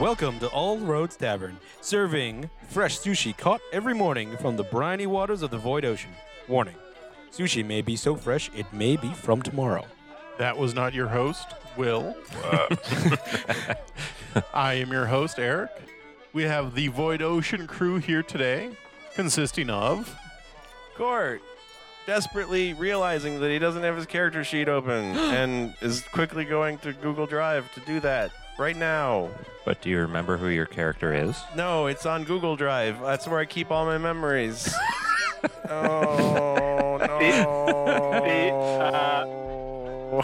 Welcome to All Roads Tavern, serving fresh sushi caught every morning from the briny waters of the Void Ocean. Warning sushi may be so fresh it may be from tomorrow. That was not your host, Will. I am your host, Eric. We have the Void Ocean crew here today, consisting of. Court, desperately realizing that he doesn't have his character sheet open and is quickly going to Google Drive to do that right now. But do you remember who your character is? No, it's on Google Drive. That's where I keep all my memories. oh, see, uh, no.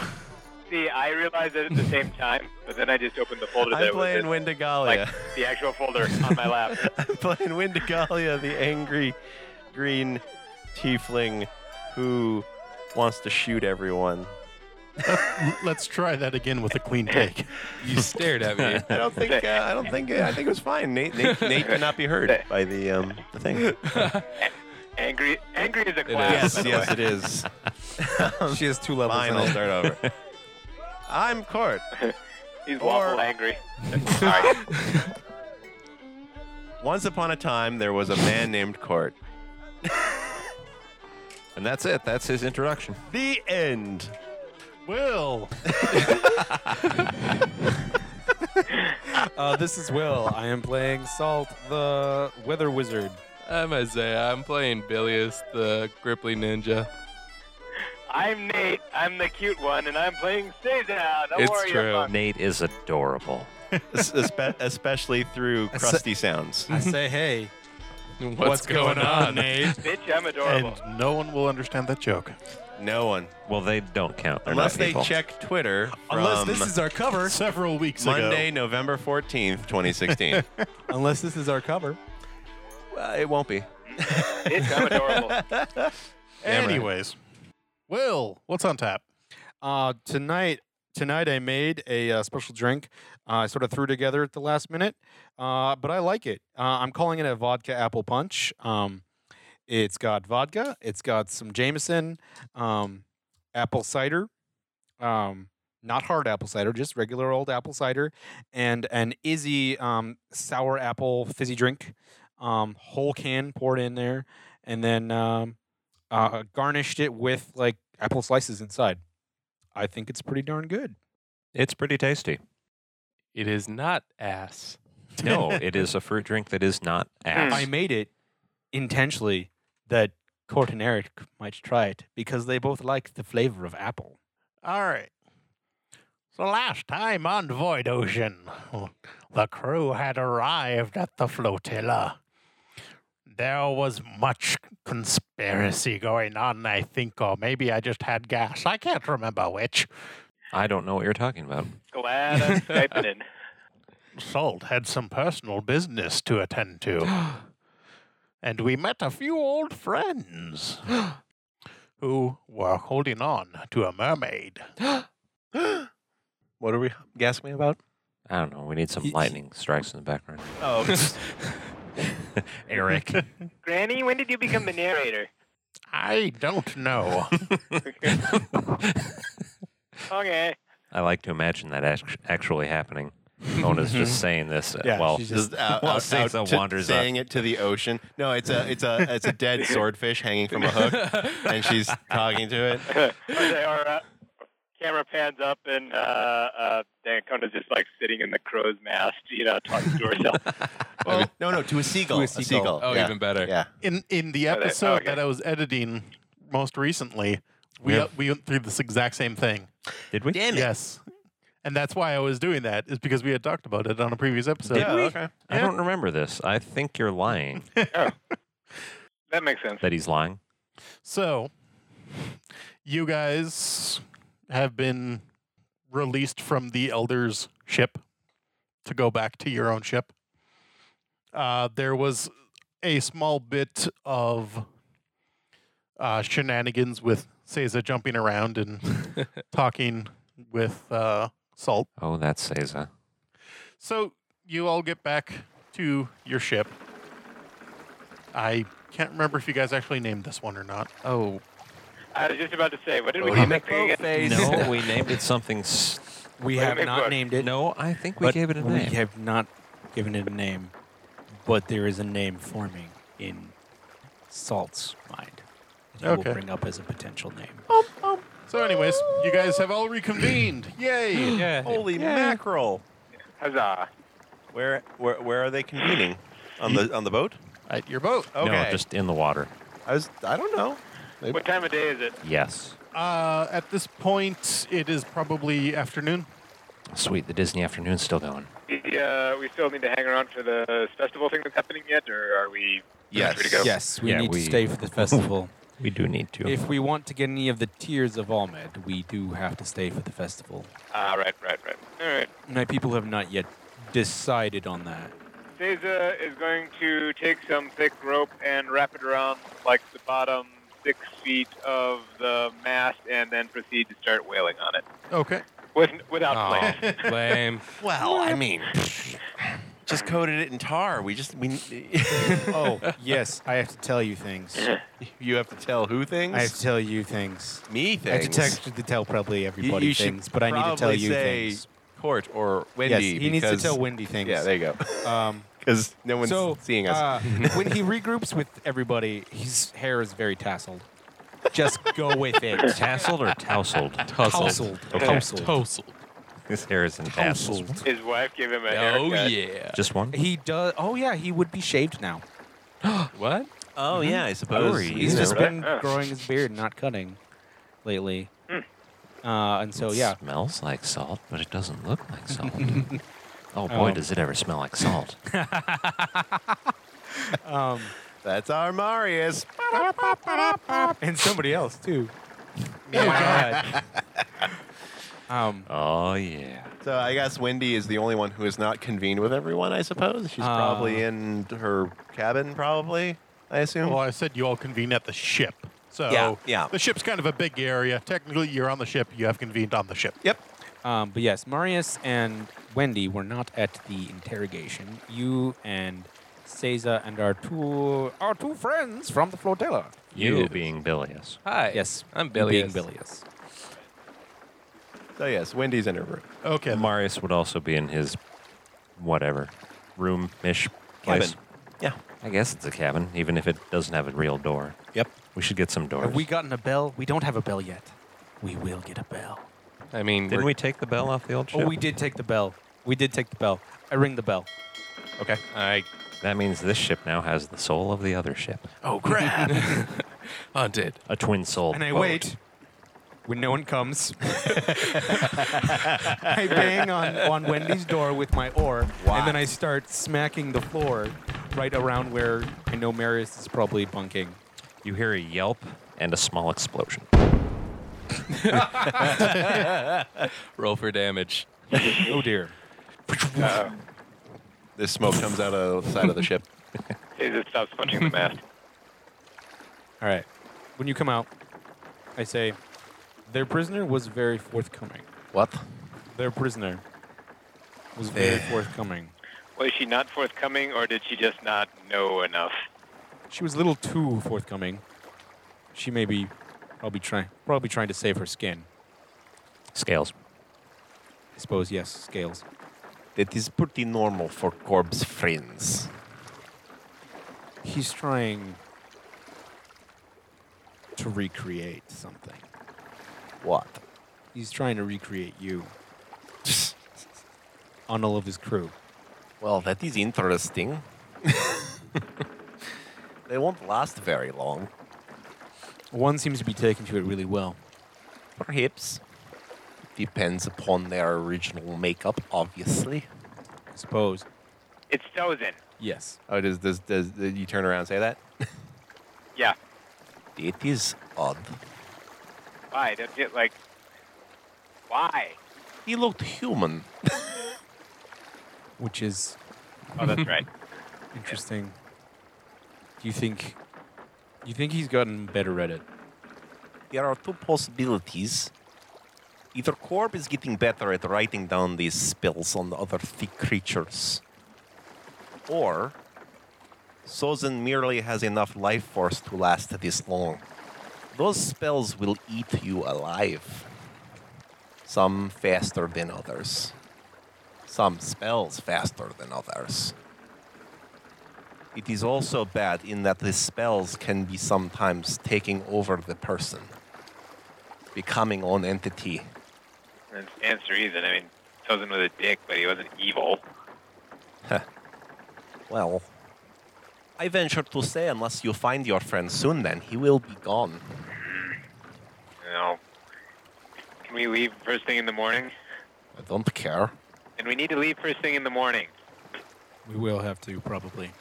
See, I realized it at the same time, but then I just opened the folder I'm that playing was in, Wendigalia. like the actual folder on my lap. I'm playing Wendigalia, the angry green tiefling who wants to shoot everyone. Let's try that again with a clean take. You stared at me. I don't think. Uh, I don't think. Uh, I think it was fine. Nate, Nate, Nate could not be heard by the um the thing. Angry, angry is a is. class. by the way. it is. She has two levels. uh, Fine, in I'll it. start over. I'm Court. He's Or- waffle angry. Once upon a time, there was a man named Court. And that's it. That's his introduction. The end. Will, Uh, this is Will. I am playing Salt, the weather wizard. I'm Isaiah. I'm playing Bilius, the Gripply Ninja. I'm Nate. I'm the cute one, and I'm playing Cesar. Don't It's worry true. about Nate is adorable. Es- espe- Especially through crusty sounds. I say, hey, What's, Nate? Bitch, I'm adorable. and no one will understand that joke. No one. Well, they don't count. They're Unless not they evil. check Twitter. unless from this is our cover. Several weeks Monday, ago. November 14th, 2016. Unless this is our cover. well, it won't be. Bitch, I'm adorable. Damn right. Anyways, Will, what's on tap? Uh, tonight, tonight I made a uh, special drink. Uh, I sort of threw together at the last minute, uh, but I like it. Uh, I'm calling it a vodka apple punch. Um, it's got vodka. It's got some Jameson, um, apple cider, um, not hard apple cider, just regular old apple cider, and an Izzy um, sour apple fizzy drink, um, whole can poured in there, and then um, uh, garnished it with like apple slices inside. I think it's pretty darn good. It's pretty tasty. It is not ass. No, it is a fruit drink that is not Hmm. ass. I made it intentionally that Court and Eric might try it because they both like the flavor of apple. All right. So last time on Void Ocean, the crew had arrived at the flotilla. There was much conspiracy going on, I think, or maybe I just had gas. I can't remember which. I don't know what you're talking about. Glad I'm typing in. Salt had some personal business to attend to. and we met a few old friends who were holding on to a mermaid. What are we gasping about? I don't know. We need some Y- lightning strikes in the background. Oh, Eric. Granny, when did you become the narrator? I don't know. Okay. I like to imagine that act- actually happening. Mona's just saying this. uh, Yeah, well, she's just out, Well, out- Santa out to- wanders up. saying it to the ocean. No, it's a it's a it's a dead swordfish hanging from a hook, and she's talking to it. Okay, or, uh, camera pans up, and uh, uh, Dancona's just like sitting in the crow's mast, you know, talking to herself. Well, no, no, to a seagull. To a a seagull. Oh, yeah. even better. Yeah. in in the Oh, they- episode oh, okay. that I was editing most recently, we uh, Yeah. we went through this exact same thing. did we? Yes, and that's why I was doing that is because we had talked about it on a previous episode. yeah, okay. I don't remember this. I think you're lying That makes sense. that he's lying. So, you guys have been released from the Elder's ship to go back to your own ship. Uh, there was a small bit of uh, shenanigans with Seiza jumping around and talking with uh, Salt. Oh, that's Seiza. So you all get back to your ship. I can't remember if you guys actually named this one or not. Oh, I was just about to say, what did we Oh, call that you make thing again? both face. No, we named it something s- We Wait, have wait, not what? named it. No, I think we but gave it a we name. have not given it a name, but there is a name forming in Salt's mind. that he Okay. will bring up as a potential name. So, anyways, you guys have all reconvened. Yay! Yeah. Holy mackerel! Huzzah. Where, where where are they convening? On the on the boat? At your boat. Okay. No, just in the water. I was I don't know. What time of day is it? Yes. Uh, at this point, it is probably afternoon. Sweet, the Disney afternoon's still going. Yeah, we still need to hang around for the festival thing that's happening yet, or are we? Yes. Ready to go? Yes, we Yeah, need we- to stay for the festival. We do need to. if we want to get any of the tears of Ahmed, we do have to stay for the festival. Ah, right, right, right. All right. My people have not yet decided on that. Seiza is going to take some thick rope and wrap it around like the bottom six feet of the mast, and then proceed to start wailing on it Okay. with, without Aw, plan. lame. Well, Oh, I mean, just coated it in tar. We just we. oh, yes, I have to tell you things. you have to tell who things. I have to tell you things. me things. I have to text to tell probably You- everybody you should things, but I need to tell probably you say things. Court or Wendy. Yes, he needs to because- tell Wendy things. Yeah, there you go. um, Because no one's so seeing us. uh, when he regroups with everybody, his hair is very tasseled. Just go with it. tasseled or tousled? Tousled. Okay. Tousled. Toseled. This hair is in tassels. Tousled. His wife gave him a Oh haircut. yeah. Just one? He does. Oh yeah, he would be shaved now. What? oh yeah, I suppose, you He's know, just right? been Yeah. growing his beard, not cutting, lately. Hmm. Uh, and so It yeah, smells like salt, but it doesn't look like salt. oh boy, Um, does it ever smell like salt. um, That's our Marius. and somebody else too. Oh Um, oh yeah. So I guess Wendy is the only one who has not convened with everyone. I suppose she's Uh, probably in her cabin. Probably, I assume. Well, I said you all convene at the ship. So Yeah, yeah. the ship's kind of a big area. Technically, you're on the ship. You have convened on the ship. yep. Um, but yes, Marius and Wendy were not at the interrogation. You and Seiza and our two our two friends from the flotilla. You Yeah. being bilious. Hi. Yes, I'm being Billius. bilious. So yes, Wendy's in her room. Okay. Marius would also be in his whatever room ish place. Yeah. I guess it's a cabin, even if it doesn't have a real door. Yep. We should get some doors. Have we gotten a bell? We don't have a bell yet. We will get a bell. I mean, Didn't we're- we take the bell off the old ship? Oh, we did take the bell. We did take the bell. I ring the bell. Okay. I That means this ship now has the soul of the other ship. Oh crap! hunted. A twin soul. And I wait. When no one comes, I bang on, on Wendy's door with my oar, and then I start smacking the floor right around where I know Marius is probably bunking. You hear a yelp and a small explosion. Roll for damage. Oh dear. this smoke comes out of the side of the ship. Seiza stops punching the mast. All right. When you come out, I say, their prisoner was very forthcoming. What? Their prisoner was very forthcoming. Was she not forthcoming, or did she just not know enough? She was a little too forthcoming. She may be probably trying probably trying to save her skin. Scales. I suppose yes, scales. That is pretty normal for Corb's friends. He's trying to recreate something. What? He's trying to recreate you on all of his crew. Well, that is interesting. they won't last very long. One seems to be taking to it really well. Perhaps. Depends upon their original makeup, obviously. I suppose. It's Thousand. Yes. Oh, does does does, does you turn around and say that? Yeah. It is odd. Why? That's it. Like, why? He looked human. Which is Oh, that's right. interesting. Do you think you think he's gotten better at it? There are two possibilities. Either Corb is getting better at writing down these spells on other thick creatures, or Sozin merely has enough life force to last this long. Those spells will eat you alive. Some faster than others. Some spells faster than others. It is also bad in that the spells can be sometimes taking over the person, becoming own entity. And answer reason. I mean, Tozen was a dick, but he wasn't evil. Well, I venture to say, unless you find your friend soon, then he will be gone. You know. Can we leave first thing in the morning? I don't care. And we need to leave first thing in the morning. We will have to, probably.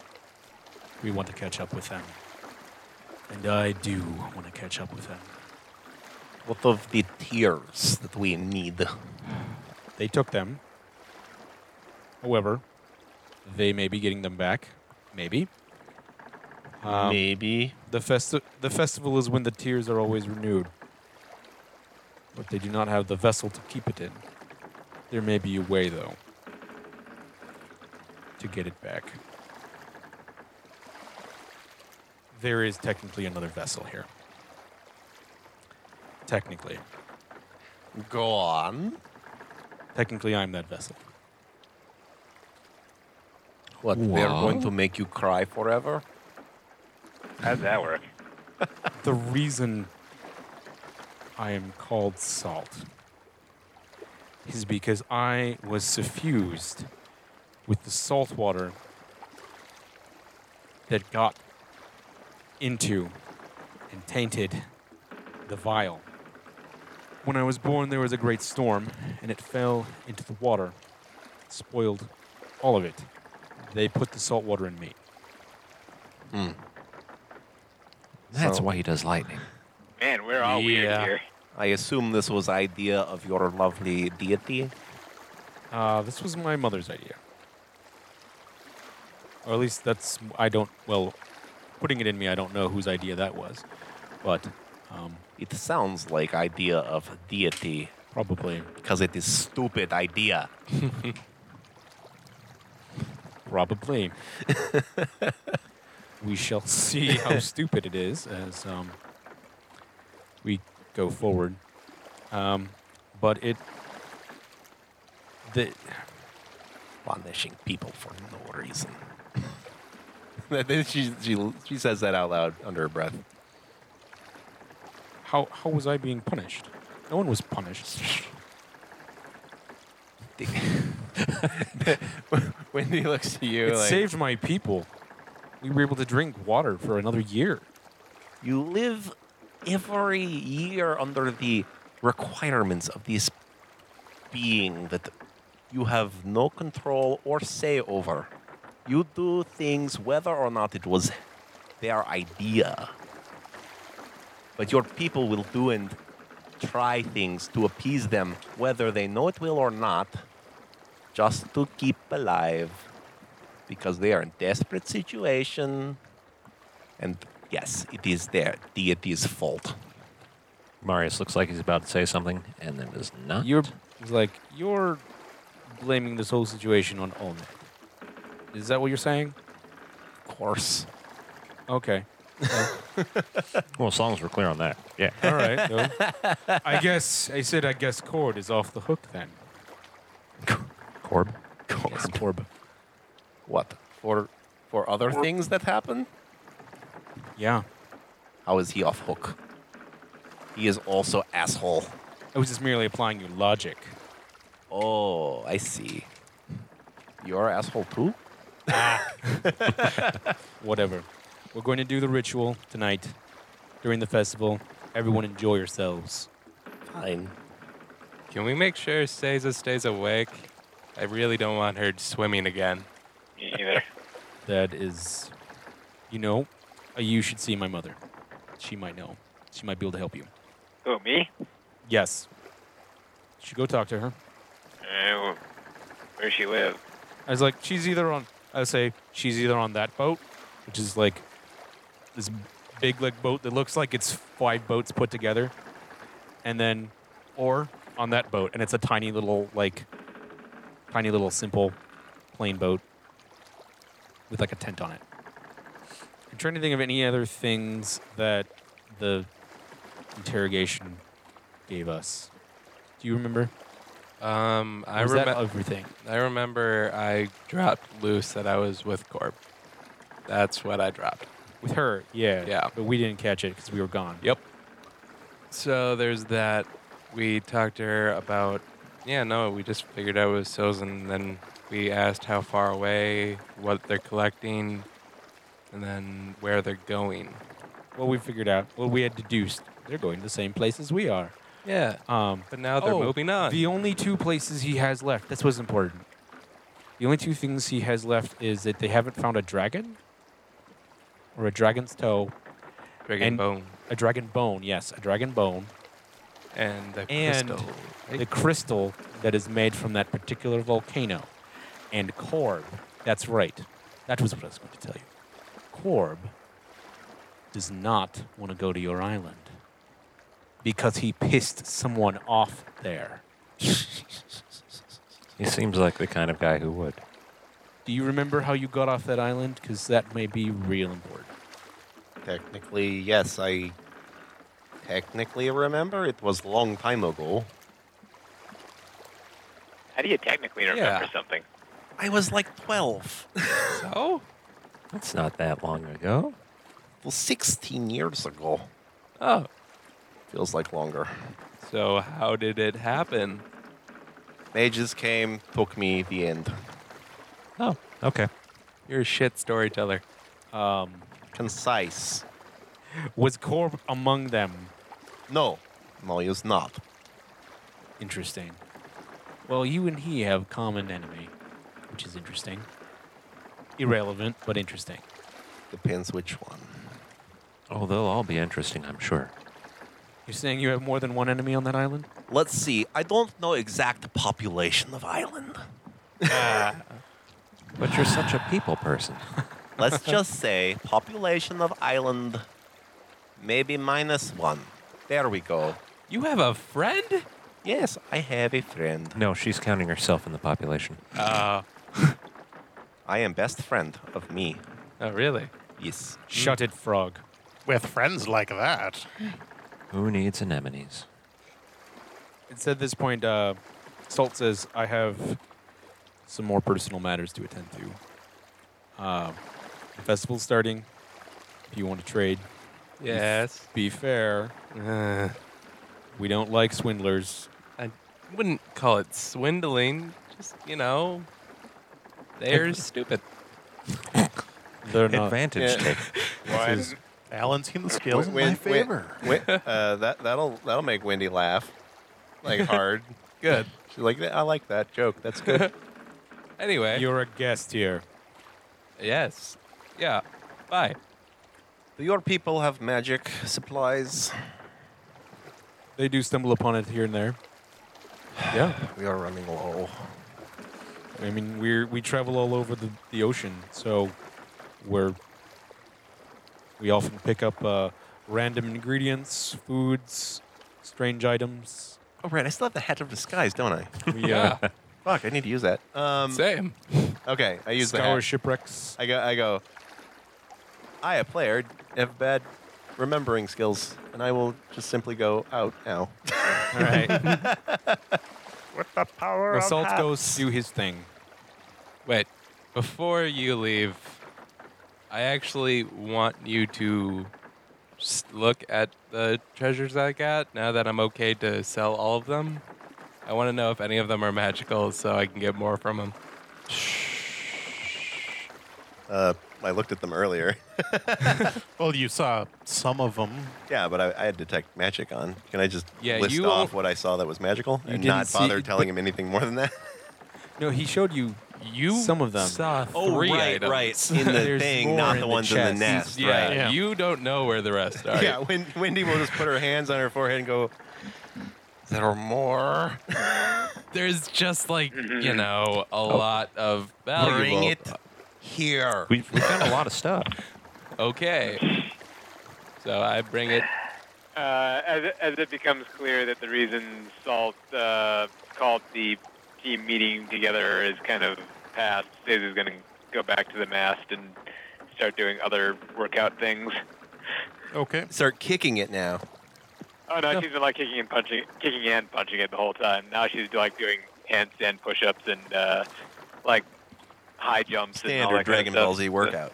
We want to catch up with them. And I do want to catch up with them. What of the tears that we need? They took them. However, they may be getting them back. Maybe. Um, Maybe. The, festi- the festival is when the tears are always renewed. But they do not have the vessel to keep it in. There may be a way, though, to get it back. There is technically another vessel here. Technically. Go on. Technically, I'm that vessel. What? They're Wow. going to make you cry forever? How'd that work? The reason I am called salt is because I was suffused with the salt water that got into and tainted the vial. When I was born, there was a great storm, and it fell into the water, spoiled all of it. They put the salt water in me. That's So- why he does lightning. Man, we're all Yeah. weird here. I assume this was idea of your lovely deity. Uh, this was my mother's idea. Or at least that's, I don't, well, putting it in me, I don't know whose idea that was. But um, It sounds like idea of deity probably, because it is stupid idea. probably. we shall see how stupid it is as um, we go forward. Um, but it, the, Punishing people for no reason. Then she, she, she says that out loud under her breath. how, how was I being punished? No one was punished. Wendy looks to you It saved my people. We were able to drink water for another year. You live every year under the requirements of this being that you have no control or say over. You do things whether or not it was their idea. But your people will do and try things to appease them, whether they know it will or not, just to keep alive. Because they are in desperate situation. And yes, it is their deity's fault. Marius looks like he's about to say something, and then does not. You're it's like you're blaming this whole situation on Olmec. Is that what you're saying? Of course. Okay. well, as long as we're clear on that. Yeah. All right. no. I guess I said I guess Cord is off the hook then. Corb. Yes, Corb. What? For for other things that happen? Yeah. How is he off hook? He is also asshole. I was just merely applying your logic. Oh, I see. You're asshole too? Whatever. We're going to do the ritual tonight during the festival. Everyone enjoy yourselves. Fine. Can we make sure Seiza stays awake? I really don't want her swimming again. Me either. That is you know, uh, you should see my mother. She might know. She might be able to help you. Who, me? Yes. Should go talk to her. Uh, where she live? I was like, she's either on. I would say she's either on that boat, which is like this big like boat that looks like it's five boats put together, and then or on that boat, and it's a tiny little like tiny little simple plain boat with like a tent on it. I'm trying to think of any other things that the interrogation gave us. Do you remember? Um, I Or was that remember. everything. I remember I dropped loose that I was with Corp. That's what I dropped. With her, yeah. Yeah. But we didn't catch it because we were gone. Yep. So there's that. We talked to her about. Yeah, no, we just figured out it was Sills, and then we asked how far away, what they're collecting, and then where they're going. Well, we figured out. Well, we had deduced they're going to the same place as we are. Yeah. Um, But now they're oh, moving on. The only two places he has left. That's what's important. The only two things he has left is that they haven't found a dragon, or a dragon's toe, Dragon and- bone a dragon bone. Yes, a dragon bone. and the and crystal. the crystal that is made from that particular volcano. And Korb, that's right. That was what I was going to tell you. Korb does not want to go to your island because he pissed someone off there. He seems like the kind of guy who would. Do you remember how you got off that island? Because that may be real important. Technically, yes, I technically remember. It was a long time ago. How do you technically remember Yeah. something? I was like 12. so? That's not that long ago. Well, 16 years ago. Oh. Feels like longer. So how did it happen? Mages came, took me the end. Oh, okay. You're a shit storyteller. Um, Concise. was Korb among them? No, no, he was not. Interesting. Well, you and he have common enemy, which is interesting. Irrelevant, but interesting. Depends which one. Oh, they'll all be interesting, I'm sure. You're saying you have more than one enemy on that island? Let's see. I don't know exact population of island. But you're such a people person. Let's just say population of island, maybe minus one. There we go. You have a friend? Yes, I have a friend. No, she's counting herself in the population. Uh, I am best friend of me. oh, really? Yes. Shut it, frog. With friends like that. Who needs anemones? It's at this point, uh, Salt says, I have some more personal matters to attend to. Uh, the festival's starting. If you want to trade, Yes. be fair. Uh, We don't like swindlers. I wouldn't call it swindling. Just you know, they're stupid. They're not. Advantage Yeah. take. One. is- Balancing the scales in my favor. uh, that that'll that'll make Wendy laugh, like hard. Good. She's like, I like that joke. That's good. Anyway. You're a guest here. yes. Yeah. Bye. Do your people have magic supplies? They do stumble upon it here and there. Yeah. We are running low. I mean, we're we travel all over the, the ocean, so we're we often pick up uh, random ingredients, foods, strange items. Oh right, I still have the hat of disguise, don't I? We uh, Fuck, I need to use that. Um, Same. okay, I use the scour hat. shipwrecks. I go. I go. I, a player, have bad remembering skills, and I will just simply go out now. All right, With the power of Assault hats. goes do his thing. Wait. Before you leave, I actually want you to s- look at the treasures I got. Now that I'm okay to sell all of them, I want to know if any of them are magical, so I can get more from them. Uh, I looked at them earlier. Well, you saw some of them. yeah, but I, I had detect magic on. Can I just Yeah, list you off won't- what I saw that was magical You and didn't not see- bother telling him anything more than that? No, he showed you You Some of them. saw three items. In the There's thing, more not in the the ones in the chest. nest, Yeah, right? Yeah. you don't know where the rest are. Yeah, Wen- Wendy will just put her hands on her forehead and go, There are more. There's just like, Mm-hmm. you know, a lot of valuable. Oh. Bring it here. We, we found a lot of stuff. Okay. So I bring it. Uh, as, it- as it becomes clear that the reason Salt uh, called the team meeting together is kind of past, Stays is going to go back to the mast and start doing other workout things. Okay. Start kicking it now. Oh no, No. she's been like kicking and punching, kicking and punching it the whole time. Now she's like doing handstand push-ups and uh, like high jumps and all Standard that kind Dragon of Ball stuff. Z workout.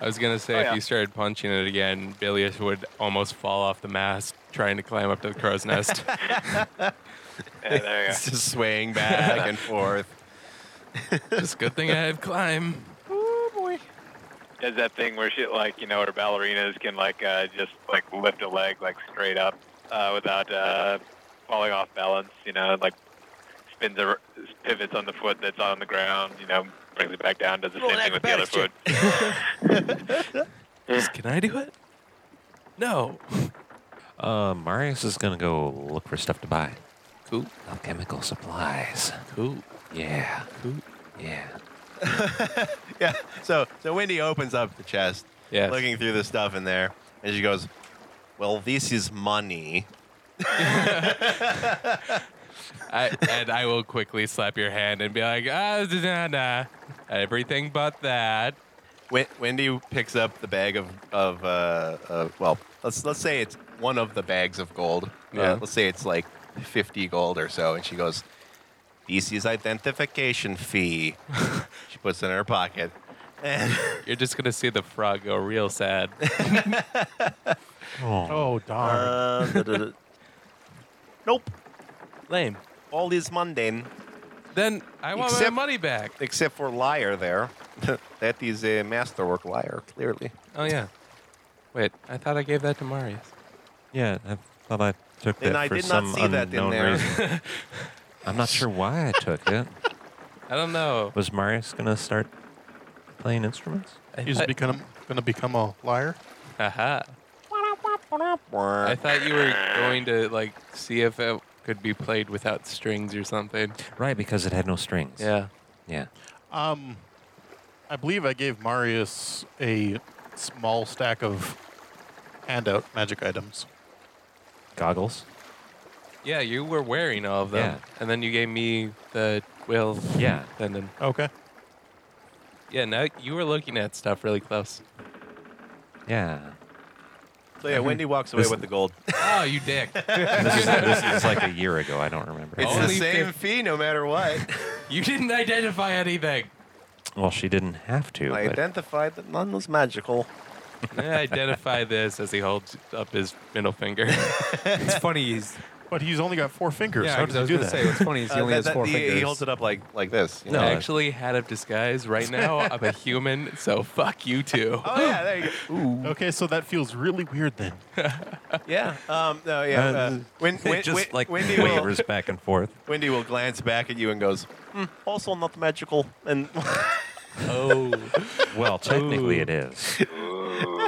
I was gonna say Oh, if yeah. you started punching it again, Bilius would almost fall off the mast trying to climb up to the crow's nest. Yeah, there you go. It's just swaying back and forth. Just good thing I have climb. Does that thing where she like you know her ballerinas can like uh, just like lift a leg like straight up uh, without uh, falling off balance. You know, like spins a, pivots on the foot that's on the ground. You know, brings it back down. Does the Little same thing with the other acrobatics foot. check. Just, Can I do it? No. Uh, Marius is gonna go look for stuff to buy. Cool. Alchemical supplies. Cool. Yeah. Cool. Yeah. Yeah. So so Wendy opens up the chest, Yes. looking through the stuff in there, and she goes, "Well, this is money." I, and I will quickly slap your hand and be like, ah, da, da, da. everything but that. Wen- Wendy picks up the bag of of uh, uh, well, let's let's say it's one of the bags of gold. Yeah. Uh, let's say it's like fifty gold or so, and she goes, "This is identification fee." she puts it in her pocket, and You're just gonna see the frog go real sad. Oh, darn. uh, da- da- da- nope, Lame. all is mundane then I want Except- my money back. except for liar. There, that is a masterwork liar, clearly. Oh yeah. Wait, I thought I gave that to Marius. Yeah. I thought I took Then that I for did not some see that in unknown there. reason. I'm not sure why I took it. I don't know. Was Marius gonna start playing instruments? He's become gonna become a liar. Aha. Uh-huh. I thought you were going to like see if it could be played without strings or something. Right, because it had no strings. Yeah. Yeah. Um, I believe I gave Marius a small stack of handout magic items. Goggles. Yeah, you were wearing all of them. Yeah. And then you gave me the will Yeah. pendant. Okay. Yeah, now you were looking at stuff really close. Yeah. So yeah, Wendy walks away This- with the gold. Oh, you dick. This is, this is like a year ago. I don't remember. It's the Only same fif- fee no matter what. you didn't identify anything. Well, she didn't have to. I but identified that none was magical. I identify this as he holds up his middle finger. It's funny. He's, But he's only got four fingers. yeah, I How was, does he do going to that? say what's funny is he Uh, only that- has that- four he- fingers. He holds it up like like this. you No. know? I actually had a disguise. Right now, I'm a human, so fuck you too. Oh yeah, there you go. Okay, so that feels really weird then. Yeah. Um, no, yeah. Uh, Uh, when, it when, just when- like Wendy will, wavers back and forth. Wendy will glance back at you and goes, "Hmm, also not magical. And Oh. Well, technically Ooh. it is. All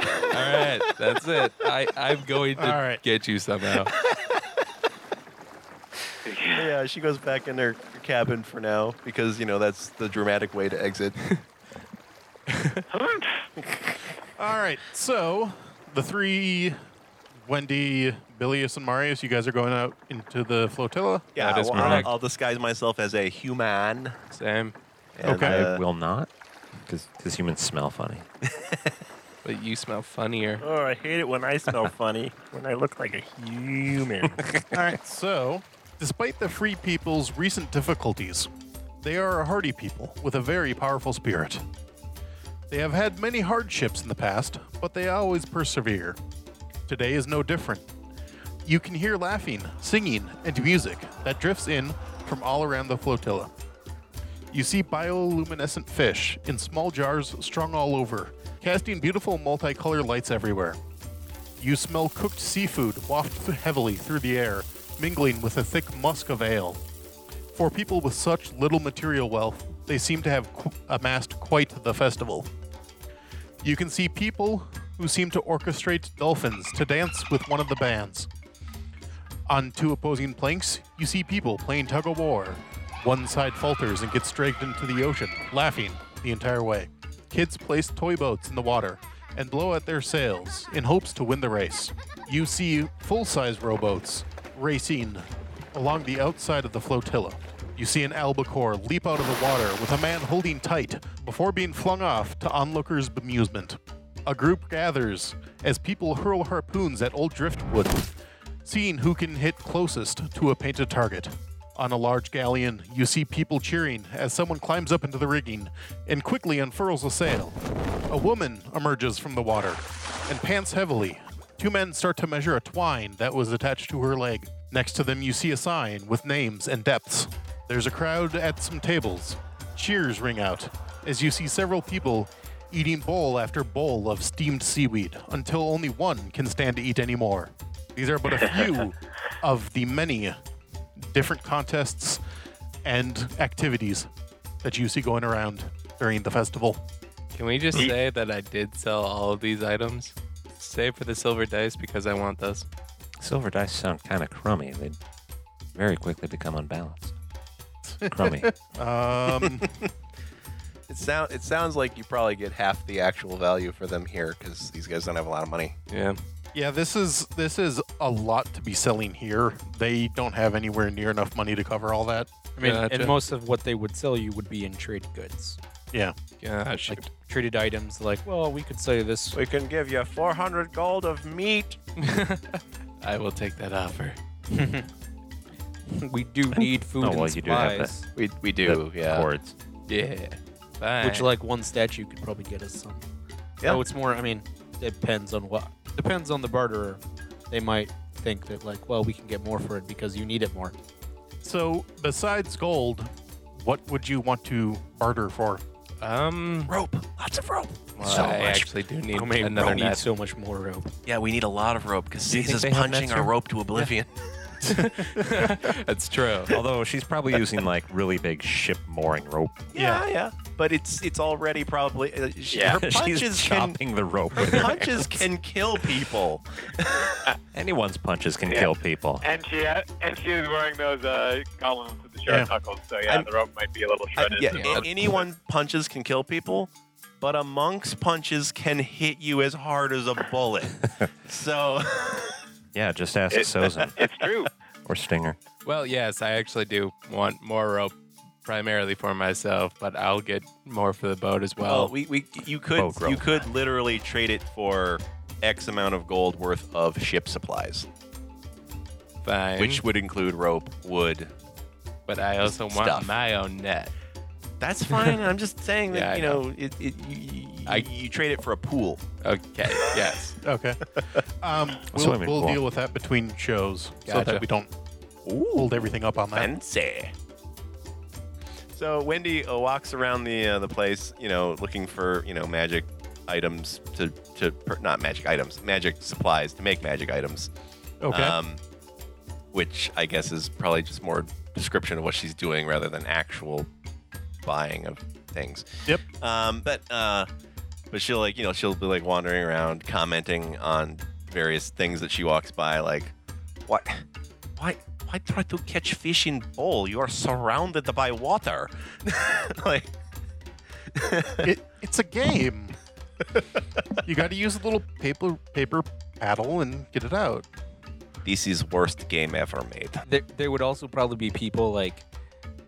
right, that's it. I, I'm going to All right. get you somehow. yeah, she goes back in her cabin for now because you know that's the dramatic way to exit. All right, so the three, Wendy, Bilius, and Marius, you guys are going out into the flotilla. Yeah, That is well, I'll, correct. I'll disguise myself as a human. Sam, and, Okay. uh, I will not, because humans smell funny. but you smell funnier. Oh, I hate it when I smell funny, when I look like a human. All right, so despite the free people's recent difficulties, they are a hardy people with a very powerful spirit. They have had many hardships in the past, but they always persevere. Today is no different. You can hear laughing, singing, and music that drifts in from all around the flotilla. You see bioluminescent fish in small jars strung all over, casting beautiful multicolored lights everywhere. You smell cooked seafood waft heavily through the air, mingling with a thick musk of ale. For people with such little material wealth, they seem to have qu- amassed quite the festival. You can see people who seem to orchestrate dolphins to dance with one of the bands. On two opposing planks, you see people playing tug of war. One side falters and gets dragged into the ocean, laughing the entire way. Kids place toy boats in the water and blow out their sails in hopes to win the race. You see full size rowboats racing along the outside of the flotilla. You see an albacore leap out of the water with a man holding tight before being flung off to onlookers' bemusement. A group gathers as people hurl harpoons at old driftwood Seeing who can hit closest to a painted target. On a large galleon, you see people cheering as someone climbs up into the rigging and quickly unfurls a sail. A woman emerges from the water and pants heavily. Two men start to measure a twine that was attached to her leg. Next to them, you see a sign with names and depths. There's a crowd at some tables. Cheers ring out as you see several people eating bowl after bowl of steamed seaweed until only one can stand to eat anymore. These are but a few of the many different contests and activities that you see going around during the festival. Can we just say that I did sell all of these items? Save for the silver dice because I want those. Silver dice sound kind of crummy. They very quickly become unbalanced. crummy. Um, It sound it sounds like you probably get half the actual value for them here because these guys don't have a lot of money. Yeah. yeah, this is this is a lot to be selling here. They don't have anywhere near enough money to cover all that. I mean, Gotcha. and most of what they would sell you would be in trade goods, Gosh. like traded items. Like, well, we could sell you this. We can give you 400 gold of meat. I will take that offer. We do need food Oh, and well, supplies. you do have that. We, we do, yeah. Chords. Yeah. Bye. Which, like, one statue could probably get us some. Yeah. No, it's more. I mean, it depends on what depends on the barterer. They might think that, like, well, we can get more for it because you need it more. So, besides gold, what would you want to barter for? um. Rope, lots of rope. well, so I much. actually do need I mean, another we need net. so much more rope. Yeah, we need a lot of rope because Do you think Caesar's they have punching nets our here? rope to oblivion. That's true. Although she's probably using like really big ship mooring rope. Yeah, yeah. But it's it's already probably uh, she, Yeah. her she's punches can chopping the rope. With her. punches can kill people. Anyone's punches can Yeah. kill people. And she ha- and she is wearing those uh, gauntlets with the sharp knuckles, so yeah, I'm- the rope might be a little Uh, shredded. yeah, but a- anyone punches can kill people, but a monk's punches can hit you as hard as a bullet. so Yeah, just ask It- Sozin it's true. or Stinger. Well, yes, I actually do want more rope primarily for myself, but I'll get more for the boat as well. Well, we, we you could Boat rope. you could literally trade it for X amount of gold worth of ship supplies, Fine. which would include rope, wood. but I also want stuff. my own net. That's fine. I'm just saying Yeah, that I you know, it, it you, I- you, you trade it for a pool. Okay. yes. Okay. Um, we'll Swimming we'll pool. deal with that between shows so Gotcha. that we don't Ooh, hold everything up on that. fancy. So Wendy uh, walks around the uh, the place, you know, looking for you know magic items to to per- not magic items, magic supplies to make magic items. Okay. Um, which I guess is probably just more description of what she's doing rather than actual buying of things. Yep. Um, but uh, but she'll like you know she'll be like wandering around commenting on various things that she walks by like what why why try to catch fish in bowl you are surrounded by water like it, it's a game. you got to use a little paper paper paddle and get it out. this is worst game ever made There, there would also probably be people like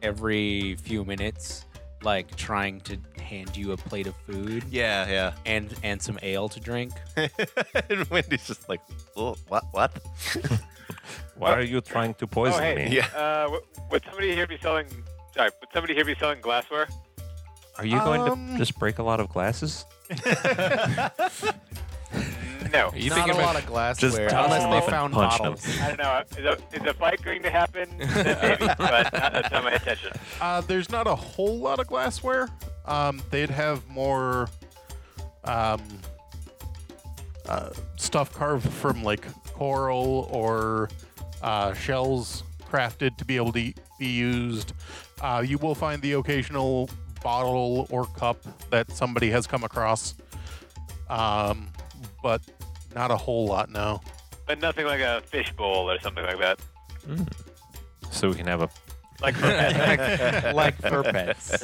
every few minutes, like trying to hand you a plate of food yeah yeah and and some ale to drink. and Wendy's just like, oh, what? What? Why are you trying to poison oh, hey, me? Yeah. Uh, w- would somebody here be selling? Sorry, would somebody here be selling glassware? Are you going Um, to just break a lot of glasses? No. Are you Not thinking a lot about of glassware, Just toss unless them they up and found punch them. bottles. I don't know. Is a, is a fight going to happen? Then Maybe, but not, that's not my attention. Uh, there's not a whole lot of glassware. Um, they'd have more um, uh, stuff carved from like coral or uh, shells crafted to be able to be used. Uh, you will find the occasional bottle or cup that somebody has come across, um, but not a whole lot now. But nothing like a fish bowl or something like that. So we can have a. Like for pets. like for pets.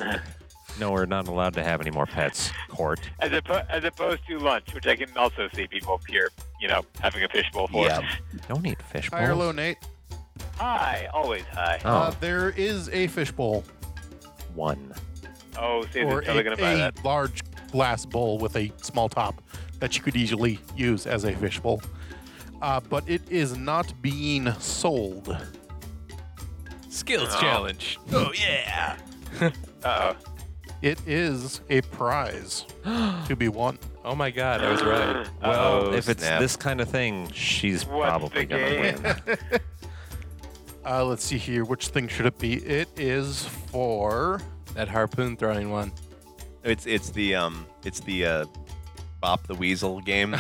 No, we're not allowed to have any more pets. Court. as, oppo- as opposed to lunch, which I can also see people here, you know, having a fish bowl for. Yeah. Don't eat fish High or low, bowls. Nate? Hi, always hi. Oh, Uh, there is a fishbowl one. Oh, see, or they're a, totally going to buy a that. large glass bowl with a small top that you could easily use as a fishbowl. uh, but it is not being sold. Skills Oh. challenge. Oh, yeah. Uh It is a prize to be won. Oh my god, I was right. Well, Oh, if it's snap. this kind of thing, she's What's the probably going to game? win. Uh, let's see here. Which thing should it be? It is for. That harpoon throwing one. It's it's the um it's the uh, Bop the Weasel game.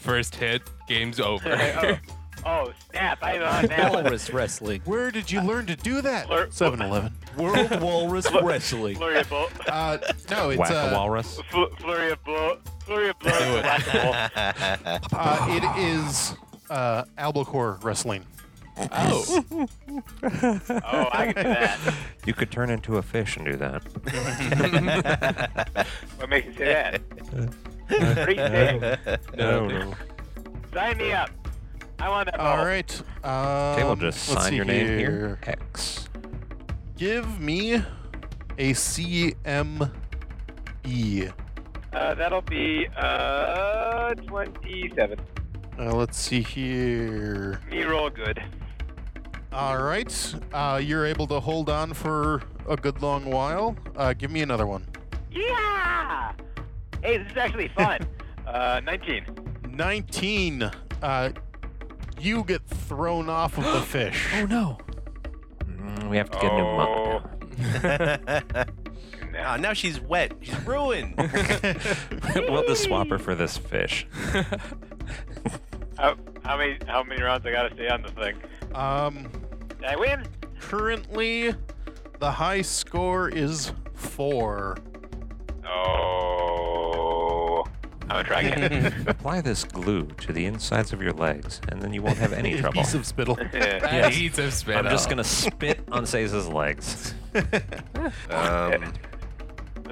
First hit, game's oh. over. oh snap! I thought that was Walrus wrestling. Where did you learn to do that? Lur- 7 Eleven. World Walrus Wrestling. flurry of bull, Uh, no, it's. Whack a Uh, walrus. fl- flurry of blow, flurry of blows. Do it. Whack a wall. uh, it is uh, Albacore Wrestling. oh, Oh, I can do that. You could turn into a fish and do that. What makes you say that? Free steak. No, no. Sign me up. I want that All ball. right. Um, Okay, we'll Oh. just let's sign see your name here. X. Give me a E. CMB. Uh, that'll be uh 27. Uh, let's see here. Me roll good. All right. Uh, you're able to hold on for a good long while. Uh, give me another one. Yeah. Hey, this is actually fun. uh, 19. 19. Uh, you get thrown off of the fish. no. Mm, we have to get a new Oh. monk Ah, now she's wet. She's ruined. now. we'll just swap her for this fish. How, how many how many rounds I gotta stay on the thing? Um, Did I win? currently, the high score is four. Oh. I'm gonna try again. Apply this glue to the insides of your legs, and then you won't have any A trouble. Piece of spittle. Yeah. that Yes. heats of spit. I'm just going to spit on Saze's legs. um,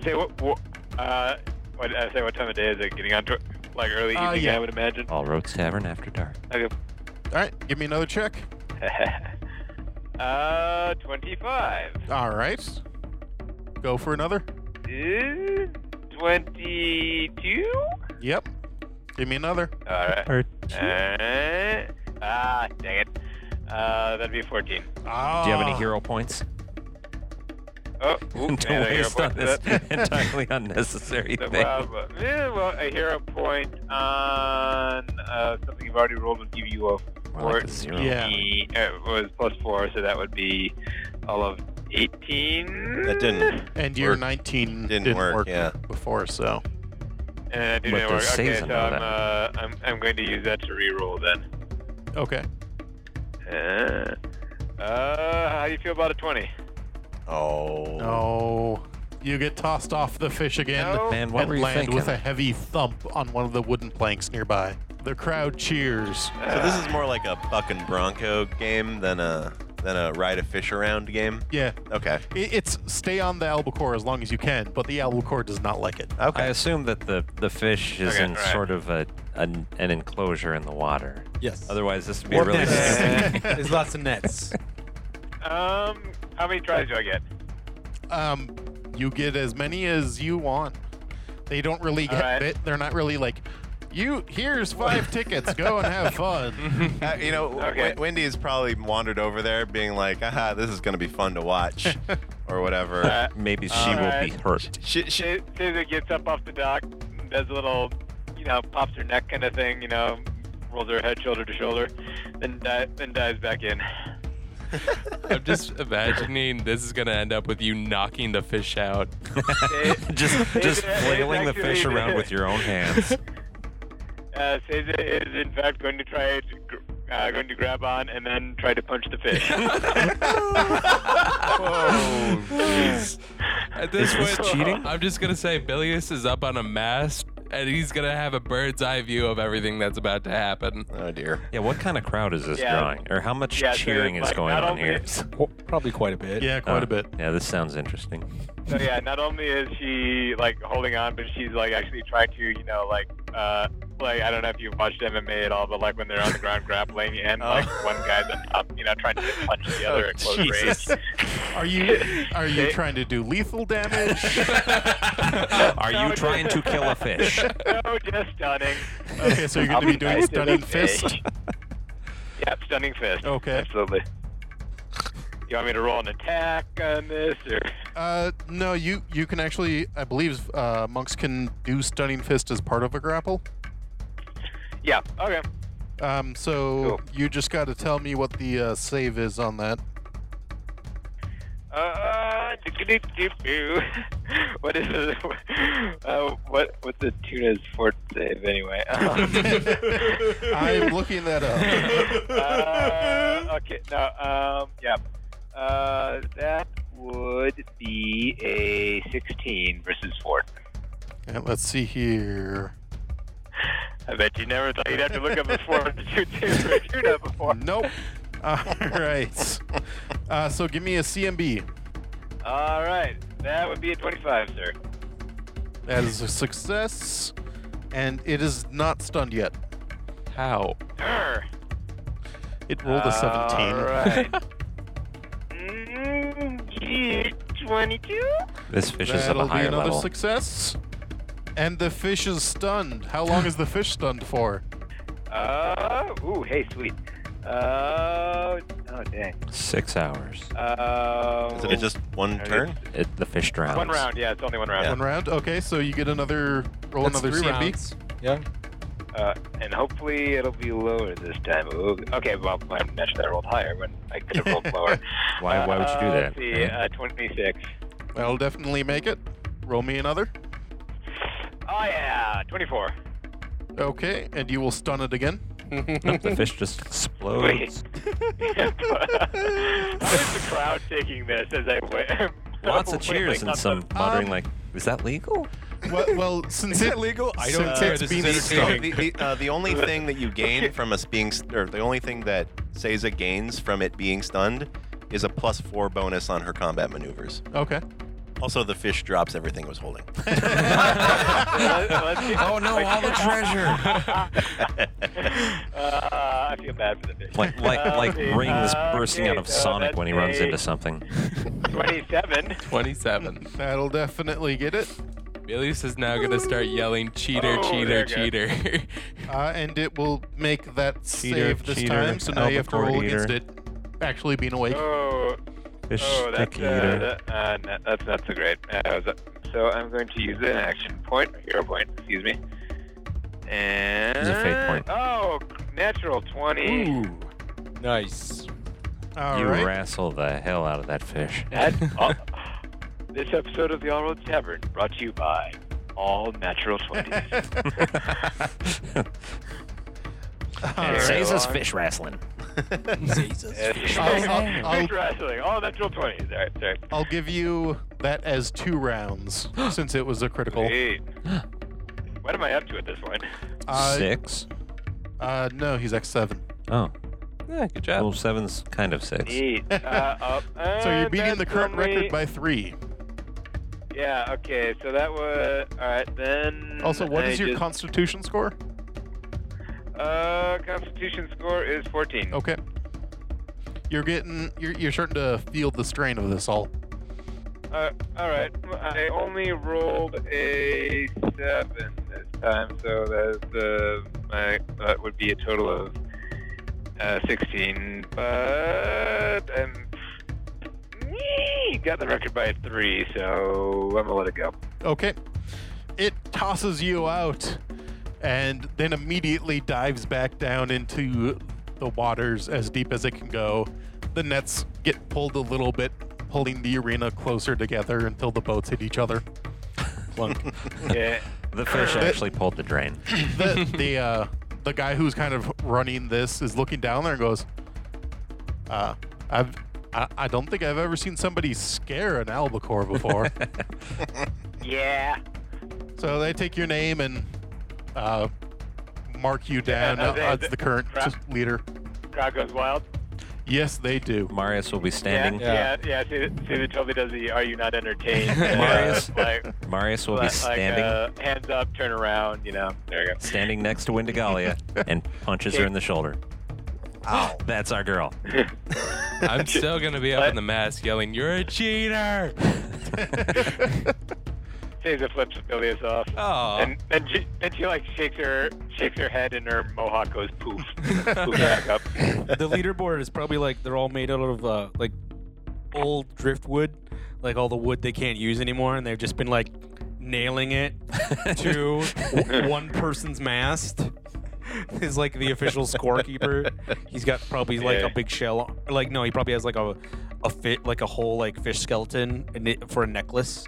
say what? what uh, what I say? What time of day is it? Getting on to like early Uh, evening, yeah. I would imagine. All roads tavern after dark. Okay. All right, give me another check. uh, 25. All right. Go for another. Uh, 22? Yep. Give me another. Alright. Or- Uh, ah, dang it. Uh, that'd be 14. Do you have Ah. any hero points? Oh, ooh, Don't man, a hero waste on point. this That- entirely unnecessary that- thing. well, well, eh, well, a hero point on uh, something you've already rolled would give you a More like 14. a zero. Yeah. uh, it was plus 4, so that would be all of Uh, 18. that didn't. And your work. 19 Didn't work, yeah. before, so. And I do But know the where- Okay, season so of I'm, uh, I'm, I'm going to use that to reroll then. Okay. Uh, uh, how do you feel about a 20? Oh. No. You get tossed off the fish again. No. Man, what and were you land thinking? with a heavy thump on one of the wooden planks nearby. The crowd cheers. So this is more like a buck and bronco game than a than a ride a fish around game. Yeah, Okay. it, it's stay on the albacore as long as you can, but the albacore does not like it. I Okay. assume that the, the fish is Okay, in alright. sort of a an, an enclosure in the water. Yes. Otherwise, this would be Or really nets. stupid. There's lots of nets. Um, how many tries do I get? Um, you get as many as you want. They don't really All get right. it. They're not really like, you. Here's five tickets. Go and have fun. Uh, you know, Okay. Wen- Wendy has probably wandered over there, being like, "Aha, this is gonna be fun to watch," or whatever. Uh, Maybe she will Alright. be hurt. she, she, Sh- Susan gets up off the dock, does a little, you know, pops her neck kind of thing, you know, rolls her head shoulder to shoulder, then, di- then dives back in. I'm just imagining this is going to end up with you knocking the fish out. Sa- Just It's- just it's flailing the fish actually- around with your own hands. uh, Susan is in fact going to try to, gr- uh, going to grab on and then try to punch the fish. Oh, jeez. At this Is this point, cheating? I'm just gonna say Bilius is up on a mast, and he's gonna have a bird's eye view of everything that's about to happen. oh dear. Yeah, what kind of crowd is this Yeah. drawing? Or how much Yeah, so cheering it's is like, going not on only here? is- Probably quite a bit. yeah, quite Uh, a bit. Yeah, this sounds interesting. So yeah, not only is she like holding on, but she's like actually trying to, you know, like uh like I don't know if you've watched MMA at all, but like when they're on the ground grappling and like Oh. one guy's on top, you know, trying to punch the Oh, other at close range. Are you are you They- trying to do lethal damage? Are you No, trying to just- kill a fish? no, just stunning. Okay, so you're going to be doing nice to stunning the fist. fish. Yeah, stunning fist. Okay. Absolutely. You want me to roll an attack on this, or Uh, no, you you can actually, I believe, uh, monks can do stunning fist as part of a grapple. yeah? Okay. Um, so Cool. you just got to tell me what the uh, save is on that. Uh, do-do-do-do. what is it? Uh, what what's the tuna's fort save anyway? Um, I'm looking that up. uh, okay, no, um, yeah. Uh, that would be a 16 versus 4. Okay, let's see here. I bet you never thought you'd have to look up a 4 to shoot two for a tuna before. Nope. All right. Uh, so give me a CMB. All right, that would be a 25, sir. That is a success, and it is not stunned yet. How? Err. It rolled a 17. All right. Mm, 22? This fish is of That'll a be higher another level. success. And the fish is stunned. How long is the fish stunned for? Uh, ooh, hey, sweet. Uh, oh, dang. Six hours. Uh, Isn't it just one Okay. turn? It, the fish drowns. one round? Yeah, it's only one round. One round. Okay, so you get another roll, That's another three CMB. rounds. Yeah. Uh, and hopefully it'll be lower this time. Ooh, okay, well, I imagine I rolled higher when I could have rolled lower. Why, why would you do Uh, that? Let's see, right? uh, 26. That'll definitely make it. Roll me another. Oh, yeah, 24. Okay, and you will stun it again. Nope, the fish just explodes. How is the crowd taking this as I went? Lots of cheers and some muttering Um, like, is that legal? Well, well since Is it that legal? I don't since care. it's This been is stunned- entertaining. The, the, uh, the only thing that you gain from us being, st- or the only thing that Seiza gains from it being stunned is a plus four bonus on her combat maneuvers. Okay. Also, the fish drops everything it was holding. oh, no, all the treasure. Uh, I feel bad for the fish. Like like Uh, like let's see, rings uh, bursting out okay, of so Oh, Sonic that's when he runs a into something. 27. 27. That'll definitely get it. Belius is now gonna start yelling cheater, Oh, cheater, there you cheater. Uh, and it will make that Cheater, save this cheater, time, so now you have to roll albacore eater. against it actually being awake. Oh, Fish oh, that's, stick uh, eater. that- uh, no, that's not so great. Uh, I was up- so I'm going to use an action point, or hero point, excuse me. And It's a fate point. Oh, natural 20. Nice. All you right. wrestle the hell out of that fish. That, oh, this episode of the All Roads Tavern brought to you by All Natural 20s. All right. Says us fish wrestling. Fish I'll- I'll- I'll- wrestling, All Natural 20s. All right, sorry. I'll give you that as two rounds since it was a critical. Sweet. What am I up to at this point? Uh, six? uh, no, he's X7. Oh. yeah, good job. Well, seven's kind of six. Eight. Uh, up, So you're and beating the Uh, that's current only- record by three. Yeah, okay, so that was. Alright, then. Also, what I is your just- constitution score? Uh, Constitution score is 14. Okay. You're getting, you're, you're starting to feel the strain of this all. Uh, Alright, I only rolled a 7 this time, so that's, uh, my, that would be a total of uh, 16. But I'm. Eee, Got the record by 3, so I'm gonna let it go. Okay. It tosses you out and then immediately dives back down into the waters as deep as it can go. The nets get pulled a little bit, pulling the arena closer together until the boats hit each other. Plunk. Yeah. the fish actually pulled the drain. the the uh, the guy who's kind of running this is looking down there and goes, uh, I've I, I don't think I've ever seen somebody scare an albacore before. Yeah. so they take your name and uh, mark you down Yeah, uh, they- as they- the current crap. leader. Crowd goes wild. Yes, they do. Marius will be standing. Yeah, yeah. yeah. See, see, they totally does the "Are you not entertained?" uh, Marius like, Marius will be like, standing uh, hands up, turn around. You know, there you go. standing next to Wendigalia and punches her in the shoulder. Ow. That's our girl. I'm still gonna be up in the mask yelling, You're a cheater! Seems it flips Amelia's off. Oh. And then she, then she like shakes her shakes her head and her mohawk goes poof, poof back up. the leaderboard is probably like they're all made out of uh, like old driftwood, like all the wood they can't use anymore, and they've just been like nailing it to w- one person's mast. Is like the official scorekeeper. He's got probably like Yeah. a big shell. on- or, Like no, he probably has like a a fit like a whole like fish skeleton in it for a necklace.